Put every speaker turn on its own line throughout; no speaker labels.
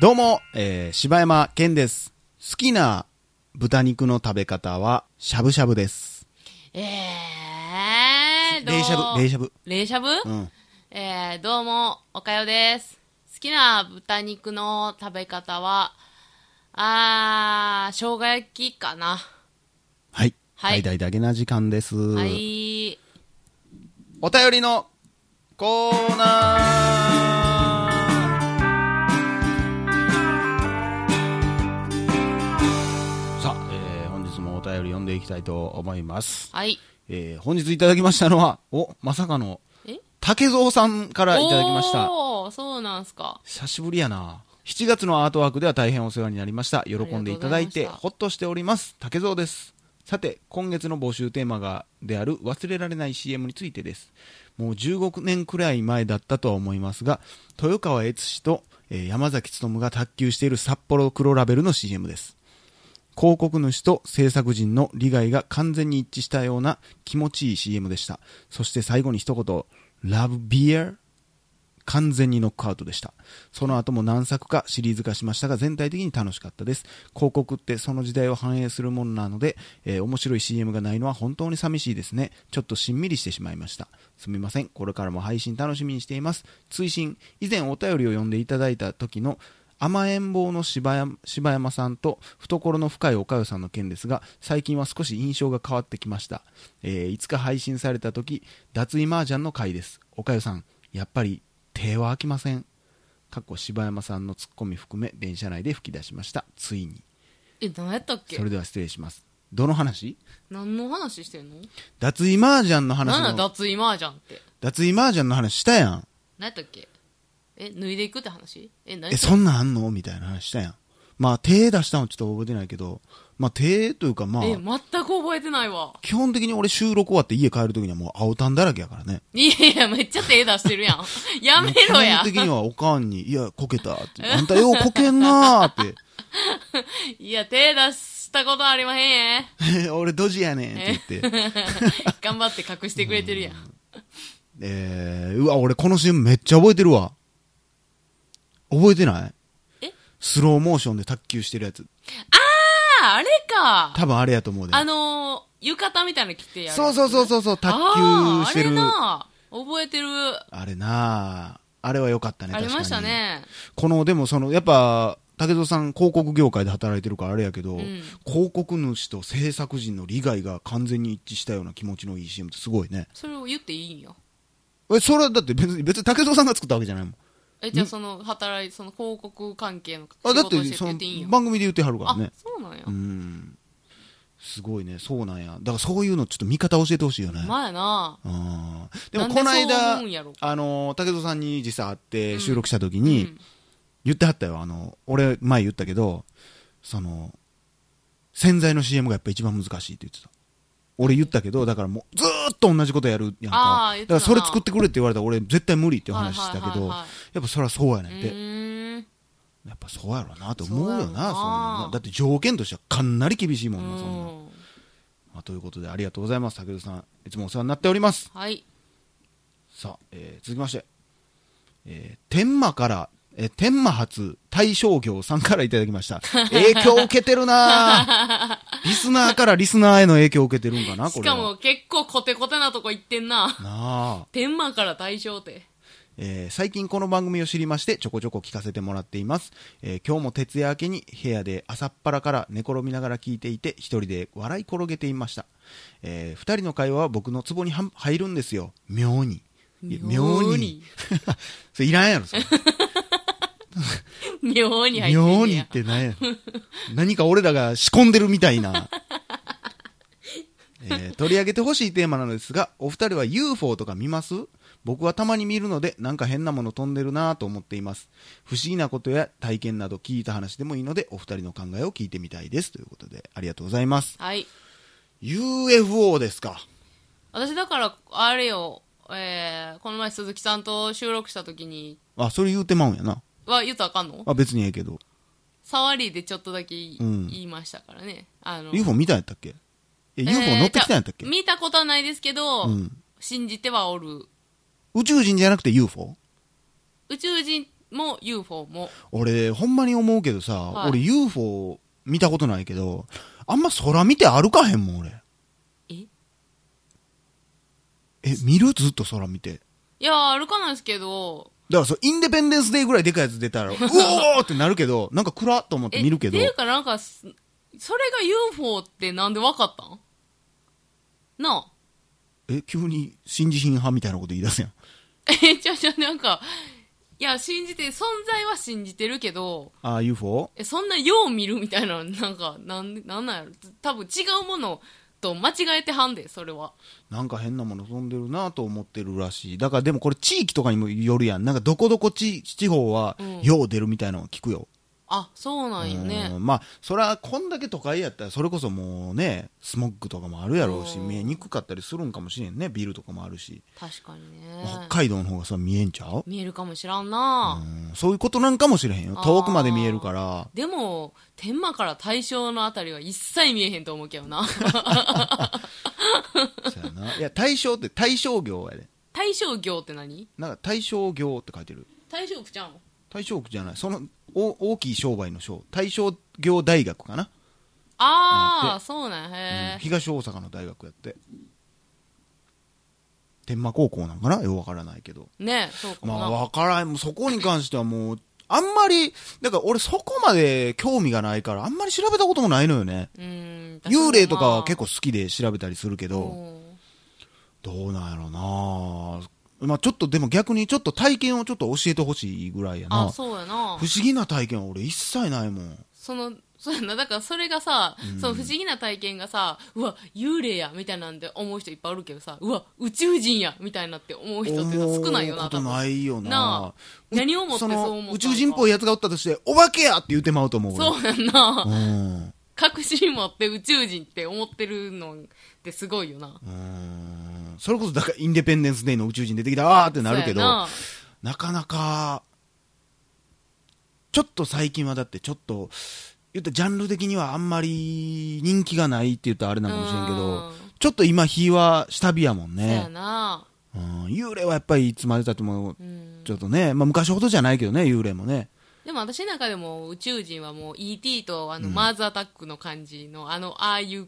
どうも、えー、柴山健です。好きな豚肉の食べ方は、しゃぶしゃぶです。
えー、どう
冷しゃぶ、冷しゃぶ。
冷しゃぶ、
うん。
えー、どうも、おかよです。好きな豚肉の食べ方は、あー、生姜焼きかな。
はい。
はい
大々だけな時間です。
はい。
お便りのコーナーさあ、えー、本日もお便り読んでいきたいと思います。
はい。
えー、本日いただきましたのは、お、まさかの、
え
竹蔵さんからいただきました。
おー、そうなんすか。
久しぶりやな7月のアートワークでは大変お世話になりました喜んでいただい
あ
て
りがとうございました
ほっとしております竹蔵ですさて今月の募集テーマがである忘れられない CM についてですもう15年くらい前だったとは思いますが豊川悦司と、えー山崎努が卓球している札幌黒ラベルの CM です広告主と制作人の利害が完全に一致したような気持ちいい CM でしたそして最後に一言 Love Beer? 完全にノックアウトでした。その後も何作かシリーズ化しましたが、全体的に楽しかったです。広告ってその時代を反映するものなので、えー面白い CM がないのは本当に寂しいですね。ちょっとしんみりしてしまいました。すみません。これからも配信楽しみにしています。追伸、以前お便りを読んでいただいた時の甘えん坊の柴山柴山さんと懐の深いおかよさんの件ですが最近は少し印象が変わってきました、えーいつか配信された時脱衣麻雀の回ですおかよさんやっぱり手は飽きませんかっこ柴山さんのツッコミ含め電車内で吹き出しましたついに
え、何やったっけ
それでは失礼しますどの話
何の話してんの
脱衣麻雀の話
何だ、
の
脱衣麻雀って。
脱衣麻雀の話したやん
何やったっけえ、脱いでいくって話え、何
えそんなんあんのみたいな話したやんまあ手出したのちょっと覚えてないけどまあ手というかまあ
え、全く覚えてないわ。
基本的に俺収録終わって家帰るときにはもう青タンだらけやからね。
いやいや、めっちゃ手出してる やん。やめろや
もう。基本的にはおかんに、いや、こけたって。あんたようこけんなーっ
いや、手出したことありまへん え。
て。 俺ドジやねんって言って。
頑張って隠してくれてるやん。
えー、うわ、俺このシーンめっちゃ覚えてるわ。覚えてない
え
スローモーションで卓球してるやつ。
ああ、あれか。
多分あれやと思うで。
あのー、浴衣みたいなの着てやる。
そうそうそうそうそう、卓
あ
球し
ー
て
あれ
る。あ
な覚えてる。
れなああれは良かったね、
あ
確
り
かに。
ましたね。
この、でもその、やっぱ、竹蔵さん広告業界で働いてるからあれやけど、
ん
広告主と制作人の利害が完全に一致したような気持ちのいい CM ってすごいね。
それを言っていいんよ。
え、それはだって別に、別に竹蔵さんが作ったわけじゃないもん。
え、じゃあその、働い、その広告関係の
あ、
仕
だって
事をしてって
そ
言
の
っていいんよ。
番組で言ってはるから
あ
ね、。
そうなんや
う。ん。すごいね、そうなんや。だからそういうのちょっと見方教えてほしいよね。
まあやな
うんでも
なんで
この
そう
間
思うんやろ、
あの、竹蔵さんに実際会って収録した時
う
に、
ん
言ってはったよ。あの、俺、前言ったけど、その、洗剤の CM がやっぱ一番難しいって言ってた。俺言ったけど、だからもう、ずーっと同じことやるやん
あ
か
ー。言っ
だか
てた
らそれ
な
作ってくれって言われたら俺絶対無理っていう話したけ
はいはいはい
ど、
は
や
い
っぱそれはそうやね
うん
って。
ーん。
やっぱそうやろなと思うよな、そん
そう
な
やろな
な。だって条件としてはかなり厳しいも
うん
な、そんな。
ん。
まあ、ということでありがとうございます、竹田さん。いつもお世話になっております。
はい。
さあ、えー続きまして、えー天満から、えー天満発大商業さんからいただきま した。影響を受けてるなぁリスナーからリスナーへの影響を受けてるんかな、こ
し
れ
か
は。
も結構コテコテなとこ行ってんな。
なあ。
天満から大正って。
えー最近この番組を知りましてちょこちょこ聞かせてもらっています、えー今日も徹夜明けに部屋で朝っぱらから寝転びながら聞いていて一人で笑い転げていました、え2人の会話は僕のツボには入るんですよ妙にいや
妙に
それいらんやろそれ
妙に入ってんねや
妙にって何やろ何か俺らが仕込んでるみたい な、えー取り上げてほしいテーマなのですがお二人は UFO とか見ます僕はたまに見るのでなんか変なもの飛んでるなぁと思っています不思議なことや体験など聞いた話でもいいのでお二人の考えを聞いてみたいですということでありがとうございます
はい。
UFO ですか
私だから、あれよ、えー、この前鈴木さんと収録した時に、
あそれ言うてまうんやな
は言うとあかんの
あ別にええけど
触りでちょっとだけい
うん
言いましたからね。あの、
UFO 見たんやったっけえ UFO
えー
乗ってきたんやったっけ、
じゃあ見たことはないですけど、
うん
信じてはおる。
宇宙人じゃなくて UFO?
宇宙人も UFO も。
俺ほんまに思うけどさ、
はい
俺 UFO 見たことないけどあんま空見て歩かへんもん俺
えい
え見るずっと空見て
や、歩かないですけど。
だからそうインデペンデンスデーぐらいでかいやつ出た らうおーってなるけどなんか暗っと思って
え
見るけど
っていうかなんかす、それが UFO ってなんでわかったんなあ。
え急に新自信派みたいなこと言い出すやん
え、じゃあじゃあなんか、いや、信じて、存在は信じてるけど、
ああ UFO?
え、そんなよう見るみたいな、なんか、なん、なんなんやろ。多分違うものと間違えてはんで、それは。
なんか変なもの飛んでるなと思ってるらしいだからでもこれ地域とかにもよるやんなんかどこどこ地地方は
うん
よう出るみたいなのは聞くよ、
あ、そうなんよね
う。んまあそれはこんだけ都会やったらそれこそもうねスモッグとかもあるやろうし
うん
見えにくかったりするんかもしれんねビルとかもあるし、
確かに
北
ね。
海道の方がさ見えんちゃう、
見えるかもしらんな、
うんそういうことなんかもしれへんよ
あー
遠くまで見えるから
でも、天満から大正のあたりは一切見えへんと思うけどな。
そやないや大正って大正業やで
大正行って何
なんか大正業って書いてる
大正区ちゃうん
大正区じゃないそのお大きい商売の商大正業大学かな、なん
あ
や
あ、そうなんや
うん
へえ。
東大阪の大学やって天満高校なんかなよくわからないけど
ねそうか
ま
もな。
あ、わからん。もうそこに関してはもう、あんまり、だから俺そこまで興味がないから、あんまり調べたこともないのよね。
うーん確かに
幽
な
霊とかは結構好きで調べたりするけど、
うん
どうなんやろうなまあちょっとでも逆にちょっと体験をちょっと教えてほしいぐらいや
あ
な。不
そうやな
思議な体験は俺一切ないもん。
そのそうやなだからそれがさ、その不思議な体験がさうわ幽霊やみたいなんで思う人いっぱいおるけどさうわ宇宙人やみたいなって思う人ってさ少ないよ
思
な
うこと
多分
ないよな
なあ
う
何をもってそう思ったの
の
か
宇宙人っぽいやつがおったとして、お化けやって言ってまうと思う。
そうやんな、
う。うん。
確信持って宇宙人って思ってるのってすごいよな
うーんそれこそだからインデペンデンス・デイの宇宙人出てきたあーってなるけど
そうや
なかなかちょっと最近はだってちょっと言ったらジャンル的にはあんまり人気がないって言ったらあれなのかもしれんけ
う
ど
ん
ちょっと今日は下火やもん
そう
ね、
やな
うん、幽霊はやっぱりいつまでたっても
うん
ちょっとね、まあ、昔ほどじゃないけどね幽霊もね
でも私の中でも宇宙人はもう ET とあのマーズアタックの感じの、あのああいう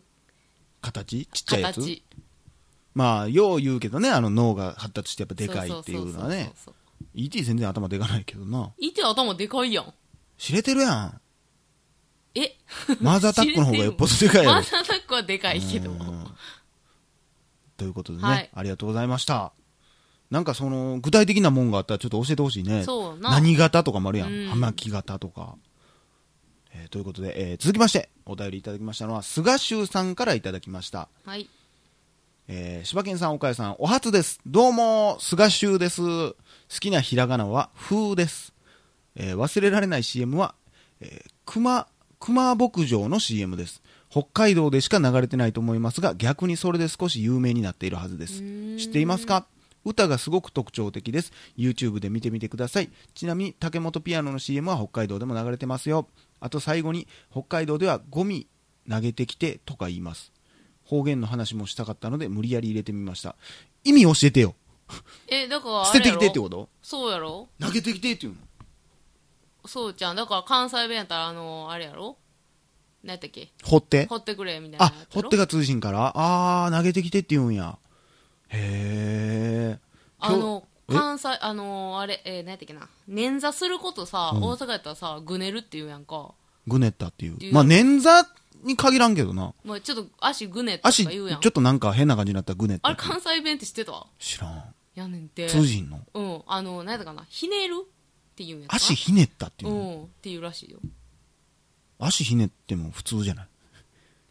形ちっちゃいやつ
形
まあよう言うけどねあの脳が発達してやっぱでかいっていうのはね
そうそうそうそう
ET 全然頭でかないけどな
ET 頭でかいやん
知れてるやん
え
マーズアタックの方がよっぽどでかいや
マ
ろ
ー。ズアタックはでかいけど
うんということでね、
はい
ありがとうございました。なんかその、具体的なもんがあったらちょっと教えてほしいね。
そうな
何型とかもあるやん。
うん
葉巻型とか。えーということで、えー続きまして、お便りいただきましたのは、菅修さんからいただきました。
はい
えー、柴犬さん、岡谷さん、お初です。どうも、菅修です。好きなひらがなは、風です。えー忘れられない CM は、えー、熊、熊牧場の CM です。北海道でしか流れてないと思いますが、逆にそれで少し有名になっているはずです。知っていますか歌がすごく特徴的です。YouTube で見てみてください。ちなみに、竹本ピアノの CM は北海道でも流れてますよ。あと最後に、北海道ではゴミ投げてきてとか言います。方言の話もしたかったので、無理やり入れてみました。意味教えてよ。
えだから
捨
あ
て
れ
てき
やろ
てってこと
そうやろ
投げてきてっていうの
そうじゃんだから関西弁やったらあのあれやろ何やったっけ
掘って
掘ってくれみたいな
あ
やつ、
ほ
や
っ
ろ
てが通信からあー、投げてきてって言うんや。へー。
あの
今日
関西あのあれ、えー、何やったっけな捻挫することさ、
うん
大阪やったらさぐねるっていうやんか、
えぐねったってい
言
う。
う
まあ、捻挫に限らんけどな。
まあ、ちょっと足ぐねったと
足、
か
ち
言う
ょ
や
っ
ん
となんか変な感じになったらぐねった
あ
っ
れ
ていう。
関西弁って知ってた
知らん。
やねんて
通じんの
うんあの何やったかなひねるっていうんやった
足ひねったっていううの、
んっていうらしいよ
足ひねっても普通じゃない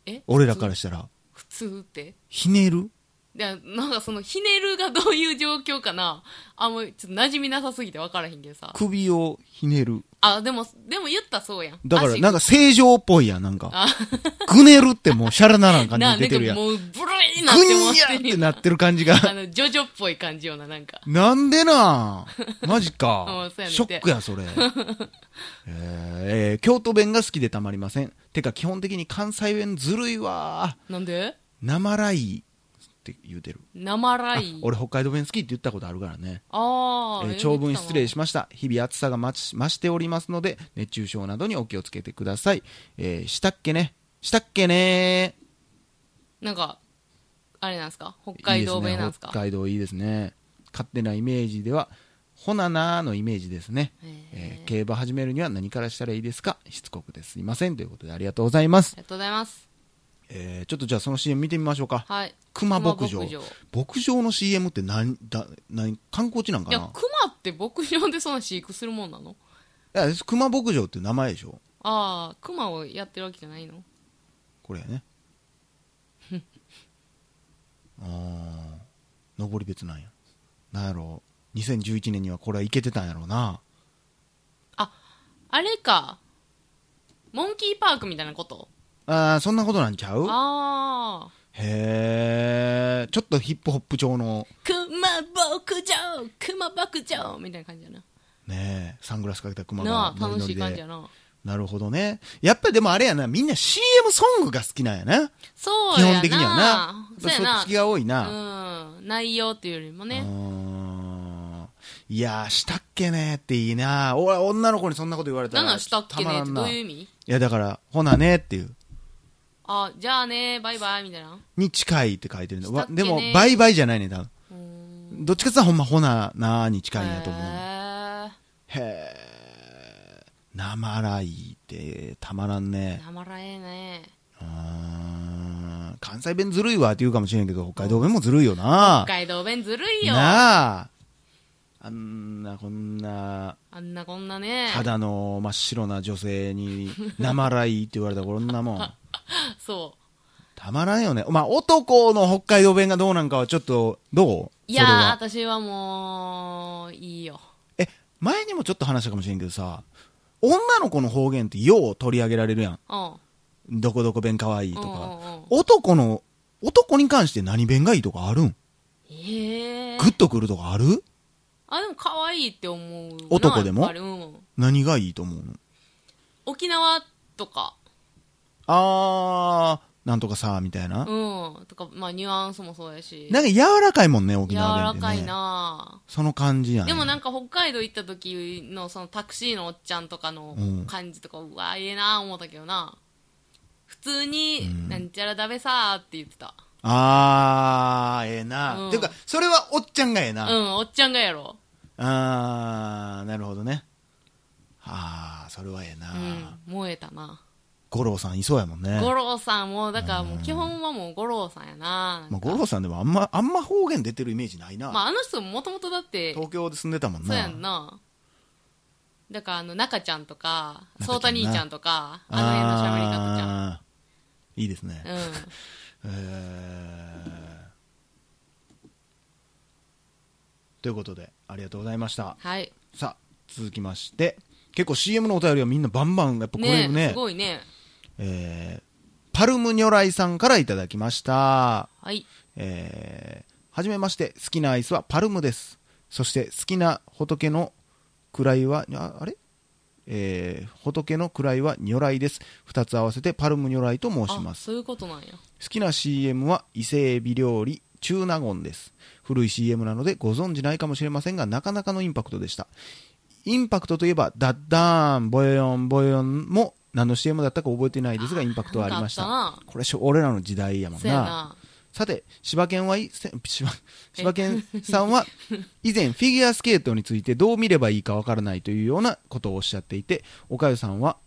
え
俺らからしたら、
普通って
ひねる
でなんかそのひねるがどういう状況かなあんまりちょっと馴染みなさすぎて分からへんけどさ
首をひねる。
あでもでも言ったらそうやん
だから、
足
なんか正常っぽいやん、なんか。
あ
ぐねるってもうシャラならん感じ
な
に出てるやん。
な
ぐ
んかもうブルーになっても
にゃ
う
ー
て
っ
る
て
やん
なってる感じが。
あのジョジョっぽい感じようななんか
なんでなマジ
う
か
ん そうや。ねんて
ショックや、そ れ。えー、京都弁が好きでたまりません。てか、基本的に関西弁ずるいわ。
なんで
なまらいっって言うてる、
生ラ
あ
イ
俺北海道弁好きって言ったことあるからね
ああ、
えー長文失礼
し
しました日々暑さが増し増しておりますので熱中症などにお気をつけてください、えーしたっけねしたっけね
なんかあれなんですか北海道弁なんです
い
か
いね、北海道いいですね勝手なイメージではほななーのイメージですね、え
へ
ー
ー
競馬始めるには何からしたらいいですかしつこくですいませんということでありがとうございます
ありがとうございます
えーちょっとじゃあその CM 見てみましょうか、
はい
熊牧場
熊
牧場の CM って何だ何観光地なんか
いや
な
熊って牧場でそんな飼育するもんなの
いや熊牧場っていう名前でしょ
ああ熊をやってるわけじゃないの
これや ねああ上り別なんやなんやろう2011年にはこれはいけてたんやろうな
あれかモンキーパークみたいなこと
あーそんなことなんちゃう
ああ
へえちょっとヒップホップ調の
熊牧場熊牧場みたいな感じやな
ねえサングラスかけた熊が
なあ
ノリ
楽
ノ
し
リ
い感じ
で
やな
なるほどねやっぱでもあれやなみんな CM ソングが好きなんやな
そう
基
やな
本的にはな
そうや
そっちが多いな、
なうん内容っていうよりもね
ね。いやー、したっけねっていいなお女の子にそんなこと言われた
何
ら。
なんしたっけ
たま
ね
ら
って
ん
どう
な。
いう意
い
味
や、だから、ほなねっていう。
あじゃあねバイバイみたいな
に近いって書いてるんだ。
した
わ
っけね
でも、バイバイじゃないね、多分。
うーん
どっちかっていうとほんまほななーに近いんやと思う。
へ
へえ。生らいって、たまらん
え
ね。
なまらええね
うーん関西弁ずるいわって言うかもしれんけど、北海道弁もずるいよな
北海道弁ずるいよ
なあ。あんな、こんな、
あんなこんなね
肌の真っ白な女性に「生らい」って言われたらこんな もん
そう
たまらんよねまあ男の北海道弁がどうなんかはちょっとどう
い
い
や
それ
ー
は
私はもういいよ
え前にもちょっと話したかもしれんけどさ女の子の方言ってよう取り上げられるやん
うん
どこどこ弁かわいいと
うんうんうん
か男の男に関して何弁がいいとかあるん
ええ
グッとくるとかある
あでも可愛いって思うな
男でも
やっぱりうん
何がいいと思うの
沖縄とか
あーなんとかさみたいな、
うんとかまあニュアンスもそうやし
なんか柔らかいもんね沖
柔
縄
ら
弁って、ね、
かいな
その感じやね
でもなんか北海道行った時のそのタクシーのおっちゃんとかの
うん
感じとか、うわええな思ったけどな普通に、
うん
なんちゃらだべさーって言ってた
あー、ええな。
うん
ていうか、それはおっちゃんがええな。
うんおっちゃんがやろ
あー、なるほどね。あー、それはええな。
うん燃えたな
五郎さんいそうやもんね。
五郎さんもだからもう基本はもう五郎さんやな
まあ、五郎さんでもあんま、あんま方言出てるイメージないな。
まああの人ももともとだって
東京で住んでたもんな。
そうやんなだからあの中ちゃんとか
中ちゃんな
蒼太兄ちゃんとかあの辺の喋り方じゃん
あーいいですね。
うん
えーということで、ありがとうございました。
はい
さあ、続きまして、結構 CM のお便りはみんなバンバンやっぱくれ
ね
る
すごいね
えーパルムニョライさんからいただきました。
はい
えーはじめまして、好きなアイスはパルムです。そして好きな仏の位は、ああれえー仏の位は如来です。二つ合わせてパルム如来と申しま
あ
す。
そういうことなんや
好きな CM は伊勢エビ料理中納言です古い CM なのでご存知ないかもしれませんがなかなかのインパクトでしたインパクトといえばダッダーンボヨンボヨンも何の CM だったか覚えてないですがインパクトはありました
なんかあった
これしょ俺らの時代やもん
そうや
な
な
さて柴犬はいせ柴柴犬さんは以前フィギュアスケートについてどう見ればいいかわからないというようなことをおっしゃっていておかゆさんは、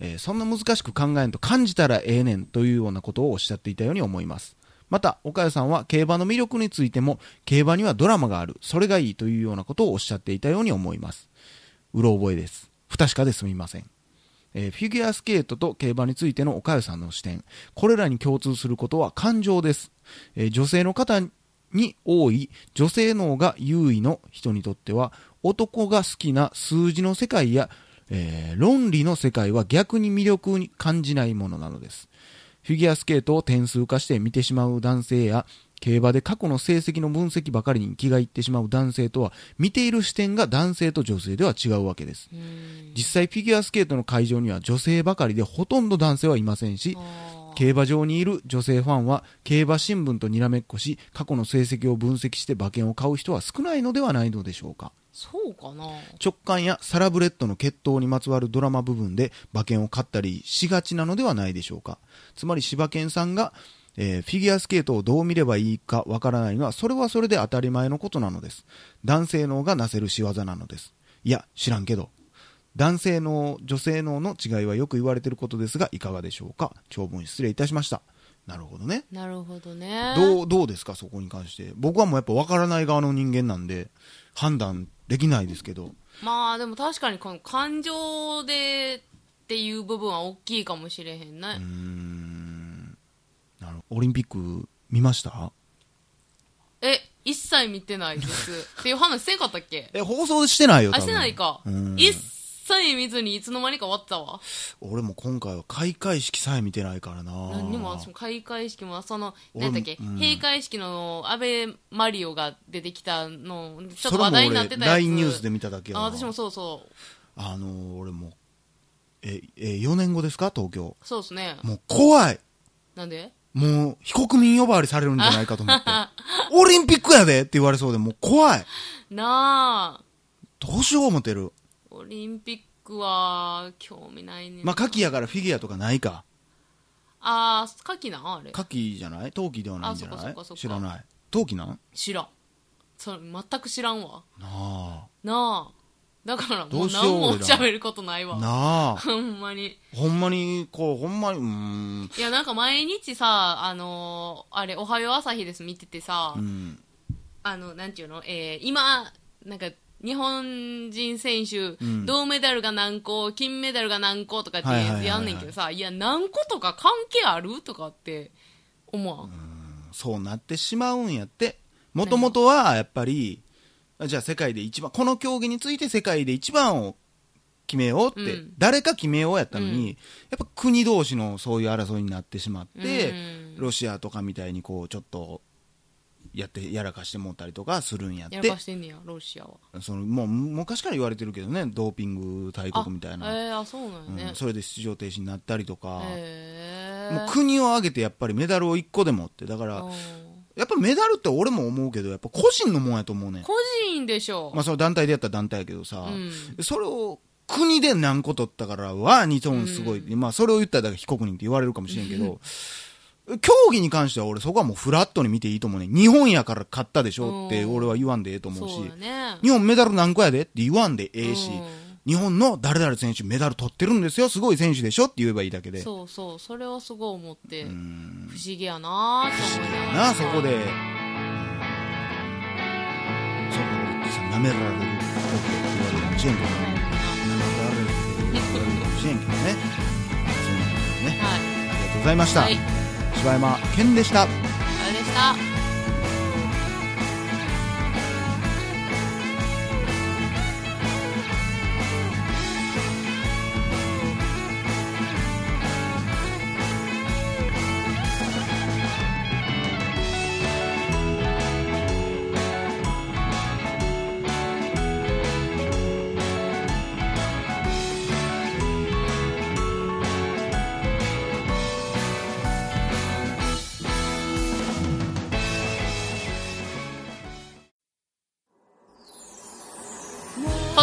えーそんな難しく考えんと感じたらええねんというようなことをおっしゃっていたように思いますまたおかゆさんは競馬の魅力についても競馬にはドラマがあるそれがいいというようなことをおっしゃっていたように思いますうろ覚えです不確かですみませんえーフィギュアスケートと競馬についての岡谷さんの視点これらに共通することは感情です、えー女性の方に多い女性脳が優位の人にとっては男が好きな数字の世界や、えー論理の世界は逆に魅力に感じないものなのですフィギュアスケートを点数化して見てしまう男性や競馬で過去の成績の分析ばかりに気がいってしまう男性とは見ている視点が男性と女性では違うわけです
うん
実際フィギュアスケートの会場には女性ばかりでほとんど男性はいませんし
あー
競馬場にいる女性ファンは競馬新聞とにらめっこし過去の成績を分析して馬券を買う人は少ないのではないのでしょうか
そうかな
直感やサラブレッドの決闘にまつわるドラマ部分で馬券を買ったりしがちなのではないでしょうかつまり柴犬さんが、えーフィギュアスケートをどう見ればいいかわからないのはそれはそれで当たり前のことなのです男性脳がなせる仕業なのですいや知らんけど男性脳女性脳の違いはよく言われていることですがいかがでしょうか長文失礼いたしましたなるほどね
なるほどね
どうどうですかそこに関して僕はもうやっぱわからない側の人間なんで判断できないですけど
まあでも確かにこの感情でっていう部分は大きいかもしれへんね、
うーんなるオリンピック見ました
え一切見てないですっていう話せんかったっけ
え放送してないよ多
あ
分
してないか
うん
一切見ずにいつの間にか終わってたわ
俺も今回は開会式さえ見てないからな
何にも私も開会式もその
俺も
何だっけ、
うん
閉会式の安倍マリオが出てきたのち
そ
ょっ
れ
と
も
話
俺
題になってたやつ
LINE ニュースで見ただけや
あ
わ
私もそうそう
あのー俺もええ4年後ですか東京
そうですね
もう怖い
なんで
もう被告人呼ばわりされるんじゃないかと思って オリンピックやでって言われそうでもう怖い
なあ
どうしよう思ってる
オリンピックは興味ないねんな
まあ夏季やからフィギュアとかないか
あー夏季なんあれ
夏季じゃない冬季ではないんじゃ
あ
な
そっ
い
かそっかそっか
知らない冬季なんな
知らんそれ全く知らんわ
あ
なあだから
ど
も
う
う
しよう
何も
俺ら
喋ることないわ
なあ、
ほんまに
ほんまに、こう、ほんまに、うーん、
いやなんか毎日さあのーあれ「おはよう朝日です」見ててさ、
うん、
あのなんていうの、えー今なんか日本人選手、
うん
銅メダルが何個金メダルが何個とかって
はいはいはいはい
やんねんけどさいや何個とか関係あるとかって思わん、
そうなってしまうんやって。もともとは、やっぱり、じゃあ世界で一番、この競技について世界で一番を決めようって、
うん
誰か決めようやったのに、
うん
やっぱ国同士のそういう争いになってしまって、
うん
ロシアとかみたいにこう、ちょっと、やって、やらかしてもったりとかするんやっ
や
て
らか、してんねやロシアは
その、もう、昔から言われてるけどね、ドーピング大国みたいな。
えー、あそうなんやね
うん、、それで出場停止になったりとか、
え
もう国を挙げてやっぱりメダルを1個でもって、だから、やっぱメダルって俺も思うけど、やっぱ個人のもんやと思うねん。
個人でしょ
まあその団体でやったら団体やけどさ、
う
それを国で何個取ったからは、ニトンすごい、まあそれを言ったらだから非国民って言われるかもしれんけど、競技に関しては俺そこはもうフラットに見ていいと思うねん。日本やから勝ったでしょって
うん
俺は言わんでええと思うし、
そうだね
日本メダル何個やでって言わんでええし、
うん
日本の誰々選手メダル取ってるんですよ、すごい選手でしょって言えばいいだけで。
そうそうそれをすごい思って不思議やなーって思いな
な
がら
あそこで、うん、そこでなめられることって言われるかもしれんけどなめられるって言われるかもしれんけどねそんなことでね
はい
ありがとうございました、
はい
柴山健でした
あれでしたポ